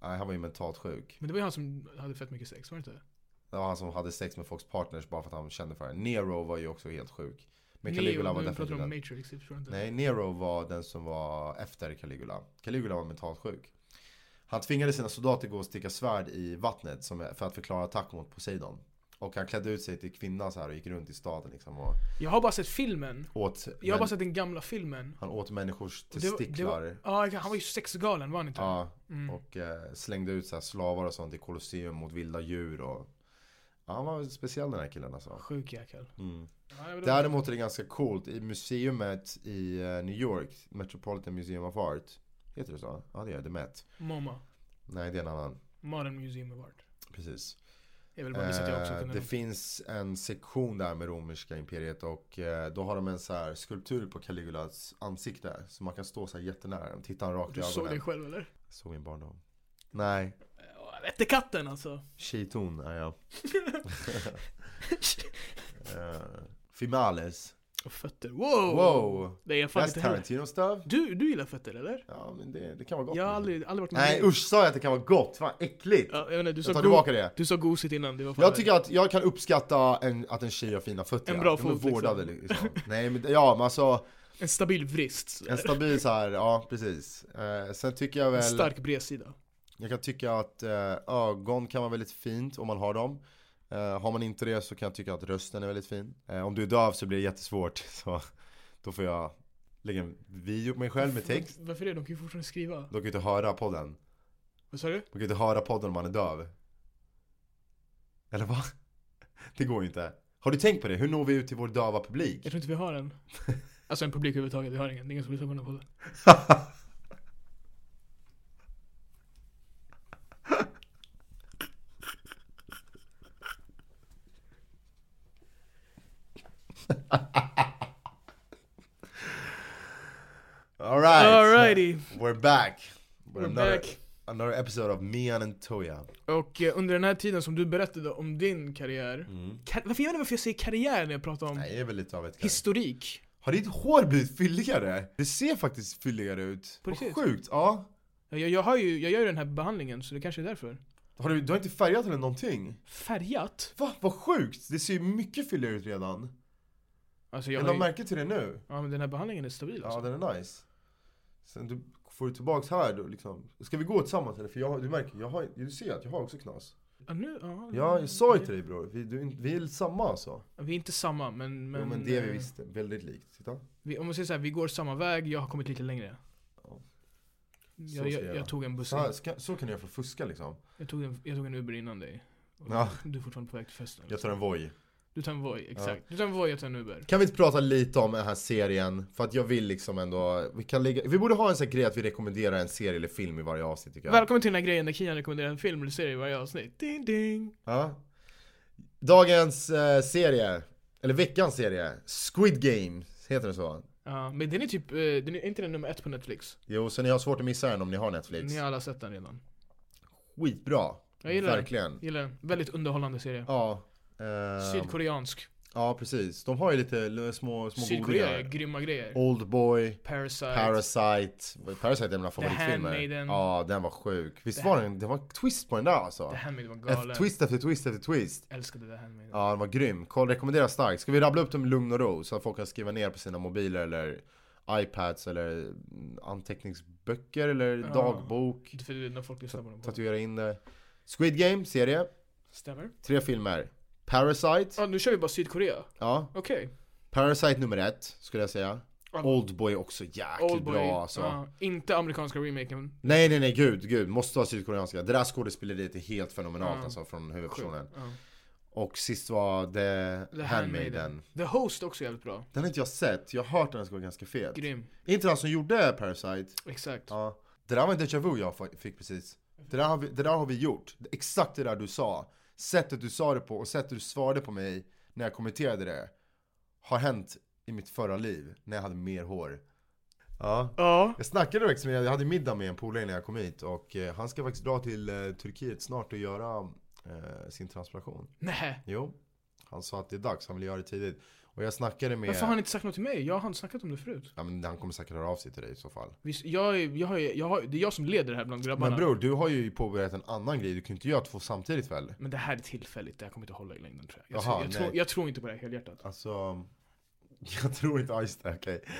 [SPEAKER 3] nej, han var ju mentalt sjuk.
[SPEAKER 2] Men det var ju han som hade fett mycket sex, var det inte?
[SPEAKER 3] Det var han som hade sex med folks partners bara för att han kände för det. Nero var ju också helt sjuk. Men
[SPEAKER 2] Neo,
[SPEAKER 3] Caligula var
[SPEAKER 2] nu pratar
[SPEAKER 3] definitivt
[SPEAKER 2] du om
[SPEAKER 3] den.
[SPEAKER 2] Matrix, jag förstår inte.
[SPEAKER 3] Nej, Nero var den som var efter Caligula. Caligula var mentalt sjuk. Han tvingade sina soldater gå och sticka svärd i vattnet som, för att förklara attack mot Poseidon. Och han klädde ut sig till kvinna så här och gick runt i staden liksom och
[SPEAKER 2] Jag har bara sett filmen.
[SPEAKER 3] åt,
[SPEAKER 2] Jag har bara
[SPEAKER 3] men,
[SPEAKER 2] sett den gamla filmen.
[SPEAKER 3] han åt människors
[SPEAKER 2] Och det var- det
[SPEAKER 3] testiklar.
[SPEAKER 2] Ja, han var ju sexgalen, var han inte?
[SPEAKER 3] Ja,
[SPEAKER 2] Mm.
[SPEAKER 3] och eh, slängde ut så här slavar och sånt i Colosseum mot vilda djur och... Ja, han var speciell den här killen alltså.
[SPEAKER 2] Sjuk jäkel.
[SPEAKER 3] Mm.
[SPEAKER 2] Ja, jag vill-
[SPEAKER 3] Däremot är det ganska coolt i museumet i eh, New York, Metropolitan Museum of Art. Heter det så? Ja det gör det, Met.
[SPEAKER 2] MoMA.
[SPEAKER 3] Nej det är en annan,
[SPEAKER 2] Modern Museum of Art.
[SPEAKER 3] precis.
[SPEAKER 2] Jag vill bara visa att jag också
[SPEAKER 3] Eh,
[SPEAKER 2] kunde
[SPEAKER 3] det finns en sektion där med romerska imperiet och eh, då har de en så här skulptur på Caligulas ansikte. Så man kan stå så här jättenära, titta han rakt i
[SPEAKER 2] Du såg
[SPEAKER 3] ögonen.
[SPEAKER 2] dig själv eller?
[SPEAKER 3] Såg min barndom. Nej,
[SPEAKER 2] Ja, Vette katten alltså.
[SPEAKER 3] Chiton är jag. uh, Fimales.
[SPEAKER 2] Och fötter. Wow!
[SPEAKER 3] Wow!
[SPEAKER 2] Det är jag Oh, fan
[SPEAKER 3] That's
[SPEAKER 2] inte heller.
[SPEAKER 3] Tarantino stuff.
[SPEAKER 2] Du, du gillar fötter eller?
[SPEAKER 3] Ja men det, det kan vara gott.
[SPEAKER 2] Jag har aldrig, aldrig varit
[SPEAKER 3] Nej usch sa jag att det kan vara gott, fan äckligt!
[SPEAKER 2] Ja, jag vet inte, du
[SPEAKER 3] jag
[SPEAKER 2] sa,
[SPEAKER 3] tar
[SPEAKER 2] go-
[SPEAKER 3] tillbaka det.
[SPEAKER 2] du sa gosigt innan. Det var fan
[SPEAKER 3] Jag tycker att jag kan uppskatta en, att en tjej har fina fötter.
[SPEAKER 2] En bra
[SPEAKER 3] De är
[SPEAKER 2] fot,
[SPEAKER 3] vårdade, liksom. Nej men ja, men alltså
[SPEAKER 2] En stabil vrist.
[SPEAKER 3] en stabil så här, ja precis. Eh, sen tycker jag
[SPEAKER 2] En
[SPEAKER 3] väl,
[SPEAKER 2] stark bredsida.
[SPEAKER 3] jag kan tycka att eh, ögon kan vara väldigt fint om man har dem. Eh, har man inte det så kan jag tycka att rösten är väldigt fin. Eh, om du är döv så blir det jättesvårt, så då får jag lägga en video på mig själv med text.
[SPEAKER 2] Varför det? De kan ju fortfarande skriva.
[SPEAKER 3] De kan ju inte höra podden.
[SPEAKER 2] Vad sa du?
[SPEAKER 3] Man kan ju inte höra podden om man är döv. Eller vad? Det går ju inte. Har du tänkt på det? Hur når vi ut till vår döva publik?
[SPEAKER 2] Jag tror inte vi har en. Alltså en publik överhuvudtaget, vi har ingen. Det är ingen som lyssnar på den här podden.
[SPEAKER 3] Alright.
[SPEAKER 2] Alrighty,
[SPEAKER 3] We're back. We're
[SPEAKER 2] we're
[SPEAKER 3] another,
[SPEAKER 2] back.
[SPEAKER 3] another episode of Mian and Toya.
[SPEAKER 2] Och eh, under den här tiden som du berättade om din karriär. Kar- varför, jag vet inte varför jag säger karriär när jag pratar om
[SPEAKER 3] Nej, det är väl lite av ett
[SPEAKER 2] historik.
[SPEAKER 3] Har ditt hår blivit fylligare? Det ser faktiskt fylligare ut.
[SPEAKER 2] På
[SPEAKER 3] Vad
[SPEAKER 2] riktigt?
[SPEAKER 3] sjukt. Ja.
[SPEAKER 2] Jag, jag, har ju, jag gör ju den här behandlingen så det kanske är därför.
[SPEAKER 3] Har du, du har inte färgat eller någonting?
[SPEAKER 2] Färgat?
[SPEAKER 3] Va? Vad sjukt! Det ser ju mycket fylligare ut redan.
[SPEAKER 2] Alltså jag
[SPEAKER 3] Jag
[SPEAKER 2] har
[SPEAKER 3] la
[SPEAKER 2] ju,
[SPEAKER 3] märke till det nu.
[SPEAKER 2] Ja men den här behandlingen är stabil
[SPEAKER 3] Ja,
[SPEAKER 2] alltså.
[SPEAKER 3] den är nice. Sen du får du tillbaks här då liksom. Ska vi gå tillsammans eller? För jag, har- du märker, jag har, du ser att jag har också knas.
[SPEAKER 2] Ja, nu, ja,
[SPEAKER 3] Ja, jag sa ju till dig bror. Vi, du, vi är samma alltså.
[SPEAKER 2] Vi är inte samma men...
[SPEAKER 3] Men,
[SPEAKER 2] men,
[SPEAKER 3] jo, men det är vi
[SPEAKER 2] eh,
[SPEAKER 3] visst väldigt likt. Titta.
[SPEAKER 2] vi- Om man säger såhär, vi går samma väg, jag har kommit lite längre.
[SPEAKER 3] Ja.
[SPEAKER 2] Jag,
[SPEAKER 3] ska jag
[SPEAKER 2] jag,
[SPEAKER 3] göra.
[SPEAKER 2] jag tog en buss
[SPEAKER 3] Så,
[SPEAKER 2] in.
[SPEAKER 3] här, ska, så kan jag få fuska liksom.
[SPEAKER 2] Jag tog en, jag tog en Uber innan dig. Och
[SPEAKER 3] Ja.
[SPEAKER 2] Du är fortfarande på väg till festen.
[SPEAKER 3] Jag tar en Voi.
[SPEAKER 2] Du tar en Voi, exakt. Du tar en Voi, jag tar en Uber.
[SPEAKER 3] Kan vi inte prata lite om den här serien? För att jag vill liksom ändå, vi kan lägga, vi borde ha en sån här grej att vi rekommenderar en serie eller film i varje avsnitt tycker jag.
[SPEAKER 2] Välkommen till den här grejen där Kian rekommenderar en film eller serie i varje avsnitt. Ding ding!
[SPEAKER 3] Ja. Dagens eh, serie, eller veckans serie, Squid Game, heter det så?
[SPEAKER 2] Ja, men den är typ, eh, den är är inte den nummer ett på Netflix?
[SPEAKER 3] Jo, så ni har svårt att missa den om ni har Netflix.
[SPEAKER 2] Ni har alla sett den redan.
[SPEAKER 3] Skitbra.
[SPEAKER 2] Jag gillar den.
[SPEAKER 3] Verkligen.
[SPEAKER 2] Gillar den. Väldigt underhållande serie.
[SPEAKER 3] Ja. Eh,
[SPEAKER 2] Sydkoreansk.
[SPEAKER 3] Ja precis, de har ju lite l- små, små
[SPEAKER 2] Sydkorea är
[SPEAKER 3] godingar.
[SPEAKER 2] grymma grejer.
[SPEAKER 3] Oldboy,
[SPEAKER 2] Parasite.
[SPEAKER 3] Parasite, Parasite är en av mina favoritfilmer.
[SPEAKER 2] Handmaiden.
[SPEAKER 3] Ja den var sjuk. Visst
[SPEAKER 2] The
[SPEAKER 3] var den, det var twist på den där alltså.
[SPEAKER 2] The Handmaid var galen.
[SPEAKER 3] Efter, twist efter twist efter twist.
[SPEAKER 2] Älskade The Handmaid.
[SPEAKER 3] Ja den var grym, Koll, rekommenderar starkt. Ska vi rabbla upp dem i lugn och ro så att folk kan skriva ner på sina mobiler eller iPads eller mm, anteckningsböcker eller
[SPEAKER 2] Ja.
[SPEAKER 3] dagbok.
[SPEAKER 2] Inte för det är när folk lyssnar på den.
[SPEAKER 3] Tatuera in det. Squid Game, serie.
[SPEAKER 2] Stämmer.
[SPEAKER 3] Tre filmer. Parasite,
[SPEAKER 2] Ja, nu kör vi bara Sydkorea.
[SPEAKER 3] ja.
[SPEAKER 2] Okej.
[SPEAKER 3] Parasite nummer ett skulle jag säga.
[SPEAKER 2] Ja.
[SPEAKER 3] Oldboy är också jäkligt
[SPEAKER 2] Oldboy.
[SPEAKER 3] bra alltså.
[SPEAKER 2] Ja, inte amerikanska remaken.
[SPEAKER 3] Nej nej nej gud, gud, måste vara sydkoreanska. Det där skådespeleriet är helt fenomenalt
[SPEAKER 2] Ja.
[SPEAKER 3] alltså från huvudpersonen.
[SPEAKER 2] Ja.
[SPEAKER 3] Och sist var The,
[SPEAKER 2] The
[SPEAKER 3] Handmaiden.
[SPEAKER 2] Handmaiden. The Host också jävligt bra.
[SPEAKER 3] Den har inte jag sett, jag har hört att den ska vara ganska fet.
[SPEAKER 2] Grym.
[SPEAKER 3] Är inte han som gjorde Parasite?
[SPEAKER 2] Exakt.
[SPEAKER 3] Ja. Det där var en déjà vu jag f- fick precis. Det där, har vi, det där har vi gjort. Exakt det där du sa. Sättet du sa det på och sättet du svarade på mig när jag kommenterade det. Har hänt i mitt förra liv när jag hade mer hår. Ja.
[SPEAKER 2] Ja.
[SPEAKER 3] Jag snackade faktiskt med, jag hade middag med en polare innan jag kom hit och eh, han ska faktiskt dra till eh, Turkiet snart och göra eh, sin transplantation.
[SPEAKER 2] Nej.
[SPEAKER 3] Jo, han sa att det är dags, han vill göra det tidigt. Och jag snackade med...
[SPEAKER 2] Varför har han inte sagt något till mig? Jag har snackat om det förut.
[SPEAKER 3] Ja men han kommer säkert höra av sig till dig i så fall.
[SPEAKER 2] Visst, jag, är, jag, har, jag har, det är jag som leder det här bland grabbarna.
[SPEAKER 3] Men bror, du har ju påbörjat en annan grej, du kan ju inte göra två samtidigt väl?
[SPEAKER 2] Men det här är tillfälligt, det här kommer inte hålla i längden tror jag. Jag,
[SPEAKER 3] Jaha,
[SPEAKER 2] tror, jag,
[SPEAKER 3] nej.
[SPEAKER 2] tror, jag tror inte på det här helhjärtat.
[SPEAKER 3] Alltså, jag tror inte alls det, okej. Eh,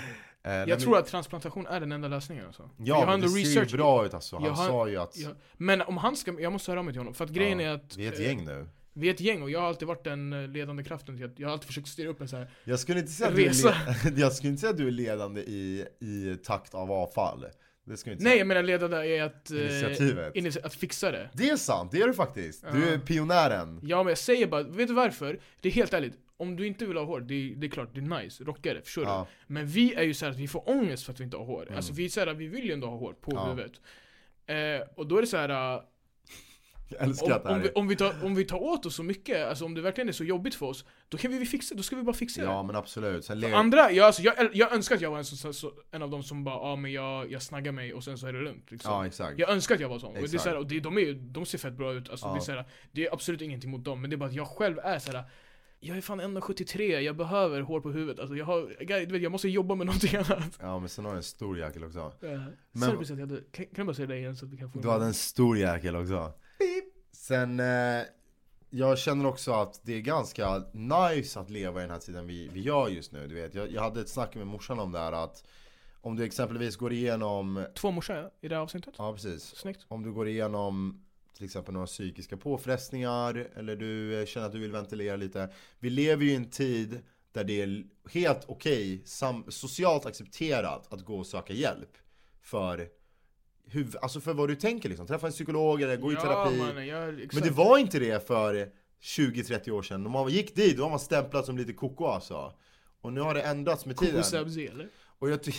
[SPEAKER 3] nej,
[SPEAKER 2] Jag
[SPEAKER 3] men-
[SPEAKER 2] tror att transplantation är den enda lösningen alltså.
[SPEAKER 3] Ja,
[SPEAKER 2] jag har
[SPEAKER 3] men
[SPEAKER 2] ändå
[SPEAKER 3] det ser
[SPEAKER 2] research.
[SPEAKER 3] ju bra ut alltså. Han
[SPEAKER 2] jag har-
[SPEAKER 3] sa ju att
[SPEAKER 2] Ja, men om han ska, jag måste höra av mig till honom. För att grejen
[SPEAKER 3] Ja,
[SPEAKER 2] är att
[SPEAKER 3] vi är ett
[SPEAKER 2] eh,
[SPEAKER 3] gäng nu.
[SPEAKER 2] vi är ett gäng och jag har alltid varit den eh, ledande kraften till att, jag har alltid försökt styra upp en så här.
[SPEAKER 3] Jag skulle inte säga att du är,
[SPEAKER 2] Resa.
[SPEAKER 3] le- jag skulle inte säga att du är ledande i, i takt av avfall. Det skulle jag inte
[SPEAKER 2] Nej jag menar ledande är att, eh,
[SPEAKER 3] säga. Initiativet.
[SPEAKER 2] initi- att fixa det.
[SPEAKER 3] Det är sant, det är du faktiskt. Du
[SPEAKER 2] Ja.
[SPEAKER 3] är pionjären.
[SPEAKER 2] Ja men jag säger bara, vet du varför? Det är helt ärligt, om du inte vill ha hår, det är, det är klart, det är nice, rocka det, förstår
[SPEAKER 3] Ja.
[SPEAKER 2] du? Men vi är ju så här att vi får ångest för att vi inte har hår.
[SPEAKER 3] Mm.
[SPEAKER 2] Alltså vi är så här, vi vill ju ändå ha hår på
[SPEAKER 3] Ja.
[SPEAKER 2] huvudet. Eh, och då är det så här. eh,
[SPEAKER 3] Jag älskar
[SPEAKER 2] Om,
[SPEAKER 3] att det här
[SPEAKER 2] om, vi,
[SPEAKER 3] är...
[SPEAKER 2] om, vi tar, om vi tar åt oss så mycket, alltså om det verkligen är så jobbigt för oss, då kan vi, vi fixa då ska vi bara fixa
[SPEAKER 3] Ja men absolut. Sen
[SPEAKER 2] det.
[SPEAKER 3] ler...
[SPEAKER 2] Andra, jag, alltså, jag, jag önskar att jag var en, så, så, en av dem som bara ah, men jag, jag snaggar mig och sen så är det lugnt. Liksom.
[SPEAKER 3] Ja exakt.
[SPEAKER 2] Jag önskar att jag var sån. Och det är
[SPEAKER 3] Exakt.
[SPEAKER 2] såhär, och det, de, är, ju- de ser fett bra ut, alltså,
[SPEAKER 3] Ja.
[SPEAKER 2] det, är såhär, det är absolut ingenting mot dem, men det är bara att jag själv är såhär jag är fan 1,73, jag behöver hår på huvudet, alltså jag har, jag, du vet, jag måste jobba med någonting annat.
[SPEAKER 3] Ja men sen har du en stor jäkel också.
[SPEAKER 2] Men, att jag hade, kan, kan du bara säga det igen så att vi kan få
[SPEAKER 3] Du hade en stor jäkel också. Sen, eh, jag känner också att det är ganska nice att leva i den här tiden vi, vi gör just nu. Du vet, jag, jag hade ett snack med morsan om det här att om du exempelvis går igenom,
[SPEAKER 2] Två morsor ja, i det här avsnittet.
[SPEAKER 3] ja precis,
[SPEAKER 2] Snyggt.
[SPEAKER 3] Om du går igenom till exempel några psykiska påfrestningar eller du eh, känner att du vill ventilera lite. Vi lever ju i en tid där det är helt okej, sam- socialt accepterat att gå och söka hjälp. För, huv- alltså för vad du tänker liksom. Träffa en psykolog eller gå i terapi.
[SPEAKER 2] Ja, mannen, jag, exakt.
[SPEAKER 3] Men det var inte det för 20-30 år sedan. När man gick dit då var man stämplad som lite koko alltså. Och nu har det ändrats med tiden.
[SPEAKER 2] Kosebzi eller?
[SPEAKER 3] Och jag, ty-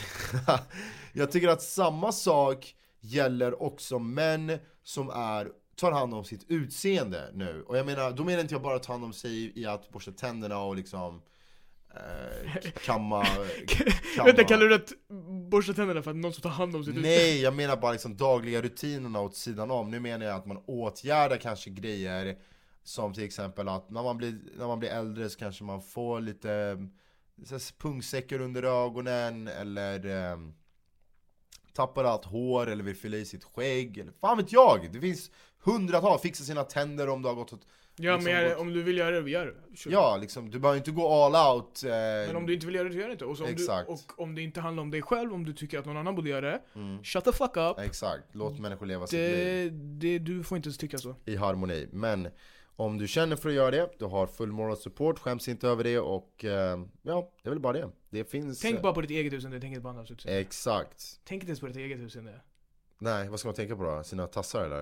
[SPEAKER 3] jag tycker att samma sak gäller också män som är, tar hand om sitt utseende nu. Och jag menar, då menar inte jag bara att ta hand om sig i att borsta tänderna och liksom eh, k- kamma, kamma.
[SPEAKER 2] Vänta, kallar du att borsta tänderna för att någon som tar hand om sitt utseende?
[SPEAKER 3] Nej, jag menar bara liksom dagliga rutinerna åt sidan om. Nu menar jag att man åtgärdar kanske grejer som till exempel att när man blir, när man blir äldre så kanske man får lite eh, så här, pungsäckar under ögonen eller eh, tappar allt hår eller vill fylla i sitt skägg. Eller, fan vet jag! Det finns hundratals, fixa sina tänder om det har gått åt...
[SPEAKER 2] Ja
[SPEAKER 3] liksom
[SPEAKER 2] men jag,
[SPEAKER 3] gått-
[SPEAKER 2] om du vill göra det, gör det. Kör.
[SPEAKER 3] Ja, liksom, du behöver inte gå all out. Eh,
[SPEAKER 2] Men om du inte vill göra det, så gör det inte. Och, så om du,
[SPEAKER 3] Exakt.
[SPEAKER 2] och om det inte handlar om dig själv, om du tycker att någon annan borde göra det,
[SPEAKER 3] mm,
[SPEAKER 2] shut the fuck up.
[SPEAKER 3] exakt, låt människor leva sitt liv.
[SPEAKER 2] Det, det, du får inte ens tycka så.
[SPEAKER 3] i harmoni. Men om du känner för att göra det, du har full moral support, skäms inte över det och eh, ja, det är väl bara det. Det finns... eh,
[SPEAKER 2] Tänk bara på ditt eget utseende, tänk inte på andras utseende.
[SPEAKER 3] Exakt.
[SPEAKER 2] Tänk inte ens på ditt eget utseende.
[SPEAKER 3] Nej, vad ska man tänka på då? Sina tassar eller?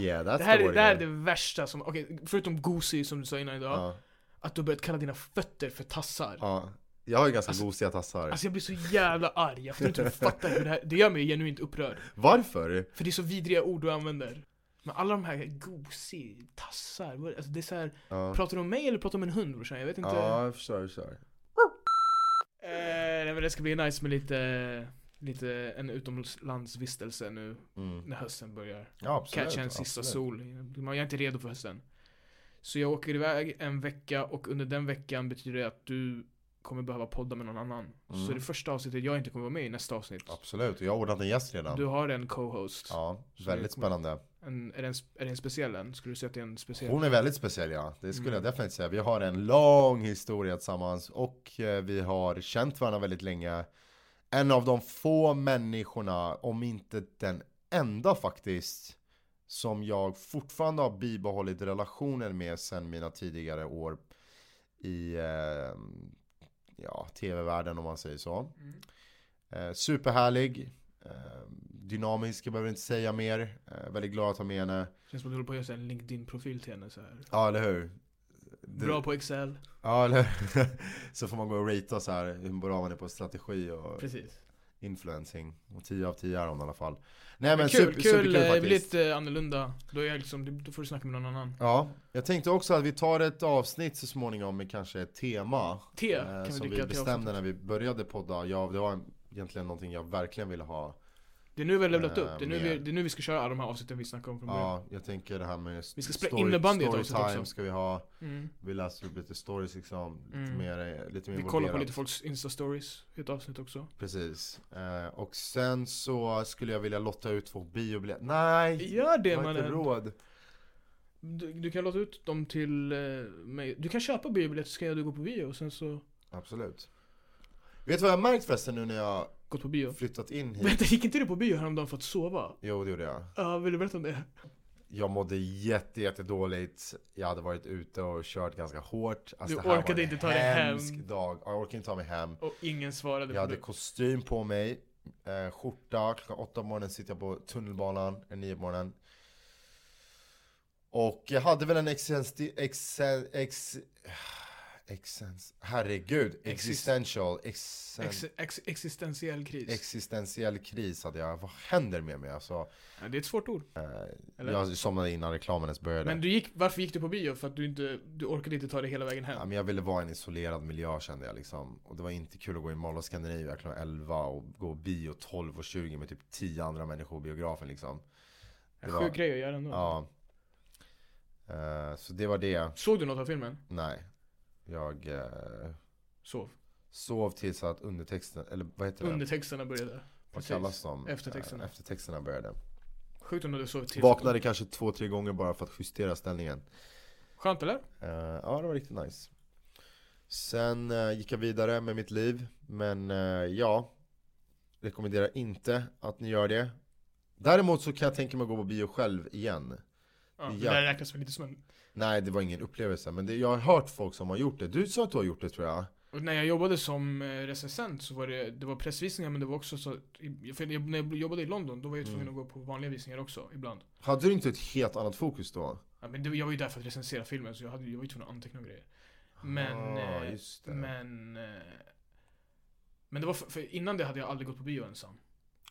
[SPEAKER 3] Yeah, that's
[SPEAKER 2] Ah, Det här,
[SPEAKER 3] the
[SPEAKER 2] är,
[SPEAKER 3] word
[SPEAKER 2] det här är
[SPEAKER 3] again.
[SPEAKER 2] det värsta som, okej, förutom gosig som du sa innan idag,
[SPEAKER 3] Ja,
[SPEAKER 2] att du har börjat kalla dina fötter för tassar.
[SPEAKER 3] ja. Jag har ju ganska
[SPEAKER 2] Alltså-
[SPEAKER 3] gosiga tassar.
[SPEAKER 2] Alltså jag blir så jävla arg, jag tror inte du fattar hur det här, det gör mig genuint upprörd.
[SPEAKER 3] Varför?
[SPEAKER 2] För det är så vidriga ord du använder. Men alla de här gosig, tassar, vad- alltså det är så här,
[SPEAKER 3] Ja,
[SPEAKER 2] Pratar du om mig eller pratar du om en hund brorsan? Jag vet inte.
[SPEAKER 3] ja jag förstår, jag förstår.
[SPEAKER 2] Eh, nej, men det ska bli nice med lite, lite en utomlandsvistelse nu
[SPEAKER 3] Mm.
[SPEAKER 2] när hösten börjar.
[SPEAKER 3] Ja, absolut.
[SPEAKER 2] Catcha en sista
[SPEAKER 3] absolut.
[SPEAKER 2] sol. Man är inte redo för hösten. Så jag åker iväg en vecka och under den veckan betyder det att du kommer behöva podda med någon annan. Så
[SPEAKER 3] Mm.
[SPEAKER 2] det första avsnittet jag inte kommer vara med i nästa avsnitt.
[SPEAKER 3] Absolut, jag har ordnat en gäst redan.
[SPEAKER 2] Du har en co-host.
[SPEAKER 3] Ja,
[SPEAKER 2] Så
[SPEAKER 3] väldigt
[SPEAKER 2] det kommer-
[SPEAKER 3] spännande.
[SPEAKER 2] En, är, det en, är det en speciell en? Skulle du säga att det är en speciell?
[SPEAKER 3] Hon är väldigt speciell ja, det skulle
[SPEAKER 2] Mm.
[SPEAKER 3] jag definitivt säga. Vi har en lång historia tillsammans och eh, vi har känt varandra väldigt länge. En av de få människorna, om inte den enda faktiskt, som jag fortfarande har bibehållit relationen med sedan mina tidigare år i eh, ja, tv-världen om man säger så.
[SPEAKER 2] Mm.
[SPEAKER 3] Eh, superhärlig, eh, dynamisk, jag behöver inte säga mer. Eh, väldigt glad att ha med henne.
[SPEAKER 2] Känns som att du håller på att göra så här en LinkedIn-profil till henne så här.
[SPEAKER 3] Ja, eller hur? Det-
[SPEAKER 2] Bra på Excel.
[SPEAKER 3] Ja, eller Så får man gå och ratea så här hur bra man är på strategi och
[SPEAKER 2] Precis.
[SPEAKER 3] influencing. Och 10 av 10 är hon i alla fall. Nej men
[SPEAKER 2] kul,
[SPEAKER 3] super,
[SPEAKER 2] kul,
[SPEAKER 3] superkul
[SPEAKER 2] eh,
[SPEAKER 3] faktiskt.
[SPEAKER 2] lite annorlunda. Då, är jag liksom, då får du snacka med någon annan.
[SPEAKER 3] Ja, jag tänkte också att vi tar ett avsnitt så småningom med kanske ett tema.
[SPEAKER 2] Te
[SPEAKER 3] eh,
[SPEAKER 2] kan vi
[SPEAKER 3] som
[SPEAKER 2] dricka
[SPEAKER 3] vi
[SPEAKER 2] te
[SPEAKER 3] bestämde när vi började podda. Ja, det var en- egentligen någonting jag verkligen ville ha.
[SPEAKER 2] Det är nu vi har levlat upp.
[SPEAKER 3] Eh,
[SPEAKER 2] Det är, nu vi,
[SPEAKER 3] mer.
[SPEAKER 2] det är nu vi ska köra alla de här avsnitten vi snackade om från början.
[SPEAKER 3] Ja, jag tänker det här med
[SPEAKER 2] Vi ska spela innebandy ett avsnitt
[SPEAKER 3] storytime
[SPEAKER 2] också.
[SPEAKER 3] ska vi ha.
[SPEAKER 2] Mm.
[SPEAKER 3] Vi läser upp lite stories liksom. Lite
[SPEAKER 2] Mm.
[SPEAKER 3] mer, eh, lite mer
[SPEAKER 2] Vi kollar på
[SPEAKER 3] involverat.
[SPEAKER 2] lite folks Insta-stories i ett avsnitt också.
[SPEAKER 3] Precis. Eh, och sen så skulle jag vilja lotta ut två biobiljetter. Nej!
[SPEAKER 2] Gör det
[SPEAKER 3] jag har inte
[SPEAKER 2] mannen!
[SPEAKER 3] råd.
[SPEAKER 2] Du, du kan låta ut dem till eh, mig. Du kan köpa biobiljetter så ska jag och du gå på bio och sen så
[SPEAKER 3] Absolut. Vet du vad jag har märkt förresten nu när jag
[SPEAKER 2] gått på bio.
[SPEAKER 3] flyttat in hit?
[SPEAKER 2] Vänta, gick inte du på bio häromdagen för att sova?
[SPEAKER 3] Jo, det gjorde jag.
[SPEAKER 2] Ja, vill du berätta om det?
[SPEAKER 3] Jag mådde jätte, jätte dåligt. Jag hade varit ute och kört ganska hårt. Alltså,
[SPEAKER 2] Du
[SPEAKER 3] det här
[SPEAKER 2] orkade
[SPEAKER 3] var en
[SPEAKER 2] inte ta dig hem.
[SPEAKER 3] hemsk dag. Ja, Jag orkade inte ta mig hem.
[SPEAKER 2] Och ingen svarade
[SPEAKER 3] Jag
[SPEAKER 2] på
[SPEAKER 3] hade
[SPEAKER 2] det.
[SPEAKER 3] kostym på mig, eh, skjorta, klockan åtta på morgonen sitter jag på tunnelbanan, eh, nio på morgonen. Och jag hade väl en existential, ex, ex, exens- herregud, existential, exen-
[SPEAKER 2] Ex, ex, existentiell kris.
[SPEAKER 3] existentiell kris hade jag. Vad händer med mig alltså?
[SPEAKER 2] ja, det är ett svårt ord. Eller?
[SPEAKER 3] Jag somnade innan reklamen ens började.
[SPEAKER 2] Men du gick, varför gick du på bio? För att du inte, du orkade inte ta dig hela vägen
[SPEAKER 3] Ja,
[SPEAKER 2] hem.
[SPEAKER 3] men jag ville vara i en isolerad miljö kände jag liksom. Och det var inte kul att gå i Mall of Scandinavia klockan 11 och gå bio 12 och 20 med typ 10 andra människor i biografen liksom.
[SPEAKER 2] En
[SPEAKER 3] det var-
[SPEAKER 2] Sjuk grej att göra ändå.
[SPEAKER 3] Ja. Eh, så det var det.
[SPEAKER 2] Såg du något av filmen?
[SPEAKER 3] Nej. Jag eh,
[SPEAKER 2] Sov.
[SPEAKER 3] sov tills att undertexten, eller vad heter det?
[SPEAKER 2] Undertexterna började.
[SPEAKER 3] Vad
[SPEAKER 2] Precis.
[SPEAKER 3] kallas de?
[SPEAKER 2] Eftertexterna.
[SPEAKER 3] Eh, eftertexterna började.
[SPEAKER 2] Sjukt om du hade sovit till.
[SPEAKER 3] Vaknade kanske två, tre gånger bara för att justera ställningen.
[SPEAKER 2] Skönt eller?
[SPEAKER 3] Eh, ja, det var riktigt nice. Sen eh, gick jag vidare med mitt liv, men eh, ja. Rekommenderar inte att ni gör det. Däremot så kan jag tänka mig att gå på bio själv igen.
[SPEAKER 2] Ja, Det
[SPEAKER 3] Ja.
[SPEAKER 2] där räknas väl lite som en...
[SPEAKER 3] Nej, det var ingen upplevelse, men det, jag har hört folk som har gjort det. Du sa att du har gjort det tror jag.
[SPEAKER 2] Och när jag jobbade som eh, recensent så var det, det var pressvisningar men det var också så att- i- för jag, när jag jobbade i London då var jag tvungen
[SPEAKER 3] Mm.
[SPEAKER 2] att gå på vanliga visningar också ibland.
[SPEAKER 3] Hade du inte ett helt annat fokus då?
[SPEAKER 2] Ja, men det, jag var ju där för att recensera filmen så jag, hade, jag var ju tvungen att anteckna och grejer. Men,
[SPEAKER 3] Ah,
[SPEAKER 2] eh,
[SPEAKER 3] just det.
[SPEAKER 2] Men... eh, Men det var för, för innan det hade jag aldrig gått på bio ensam.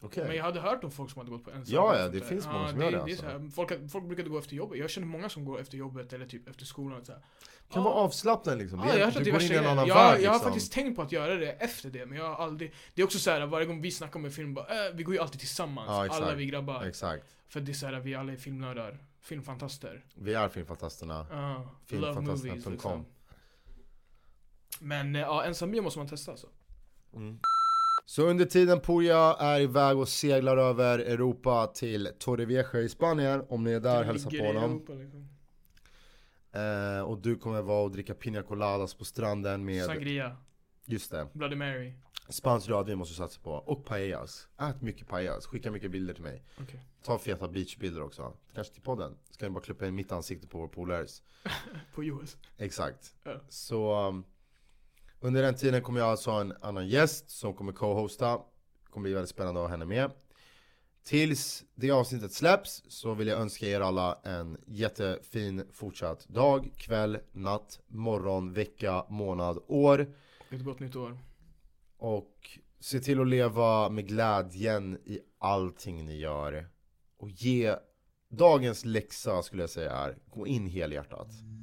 [SPEAKER 3] Okej.
[SPEAKER 2] Men jag hade hört om folk som hade gått på ensam.
[SPEAKER 3] Ja, ja, det
[SPEAKER 2] Så,
[SPEAKER 3] finns många
[SPEAKER 2] ja,
[SPEAKER 3] som gör det,
[SPEAKER 2] är
[SPEAKER 3] alltså.
[SPEAKER 2] så här, folk, folk brukade gå efter jobbet. Jag känner många som går efter jobbet eller typ efter skolan. Och så här.
[SPEAKER 3] Kan
[SPEAKER 2] Ja.
[SPEAKER 3] vara avslappnad liksom.
[SPEAKER 2] Ja, jag har hört
[SPEAKER 3] du
[SPEAKER 2] att det är
[SPEAKER 3] går in
[SPEAKER 2] värsta
[SPEAKER 3] i en
[SPEAKER 2] grejen.
[SPEAKER 3] annan
[SPEAKER 2] jag,
[SPEAKER 3] värld
[SPEAKER 2] jag har
[SPEAKER 3] liksom.
[SPEAKER 2] faktiskt tänkt på att göra det efter det, men jag har aldrig Det är också så här varje gång vi snackar om en film, bara, äh, vi går ju alltid tillsammans,
[SPEAKER 3] Ja, exakt.
[SPEAKER 2] alla vi grabbar
[SPEAKER 3] Exakt.
[SPEAKER 2] För det är så här, vi alla är filmnördar, filmfantaster
[SPEAKER 3] Vi är filmfantasterna.
[SPEAKER 2] uh, Love
[SPEAKER 3] Filmfantasterna
[SPEAKER 2] movies
[SPEAKER 3] punkt
[SPEAKER 2] liksom.
[SPEAKER 3] com.
[SPEAKER 2] Men eh, ja, ensam bio måste man testa alltså
[SPEAKER 3] Mm. Så under tiden Pooja är iväg och seglar över Europa till Torrevieja i Spanien. Om ni är där,
[SPEAKER 2] Det
[SPEAKER 3] hälsa på
[SPEAKER 2] ligger i
[SPEAKER 3] honom.
[SPEAKER 2] Europa, liksom.
[SPEAKER 3] Eh, och du kommer vara och dricka pina coladas på stranden med...
[SPEAKER 2] Sangria,
[SPEAKER 3] Just det.
[SPEAKER 2] Bloody Mary
[SPEAKER 3] Spansk rödvin måste vi satsa på. Och paellas. Ät mycket paellas. Skicka mycket bilder till mig.
[SPEAKER 2] Okej.
[SPEAKER 3] Ta feta beachbilder också. Kanske till podden. Så kan du bara klippa in mitt ansikte på vår polares.
[SPEAKER 2] på US
[SPEAKER 3] Exakt.
[SPEAKER 2] Ja.
[SPEAKER 3] Så um, under den tiden kommer jag alltså ha en annan gäst som kommer co-hosta. Det kommer bli väldigt spännande att ha henne med. Tills det avsnittet släpps så vill jag önska er alla en jättefin fortsatt dag, kväll, natt, morgon, vecka, månad, år.
[SPEAKER 2] Ett gott nytt år
[SPEAKER 3] Och se till att leva med glädjen i allting ni gör. Och ge dagens läxa skulle jag säga är, gå in helhjärtat.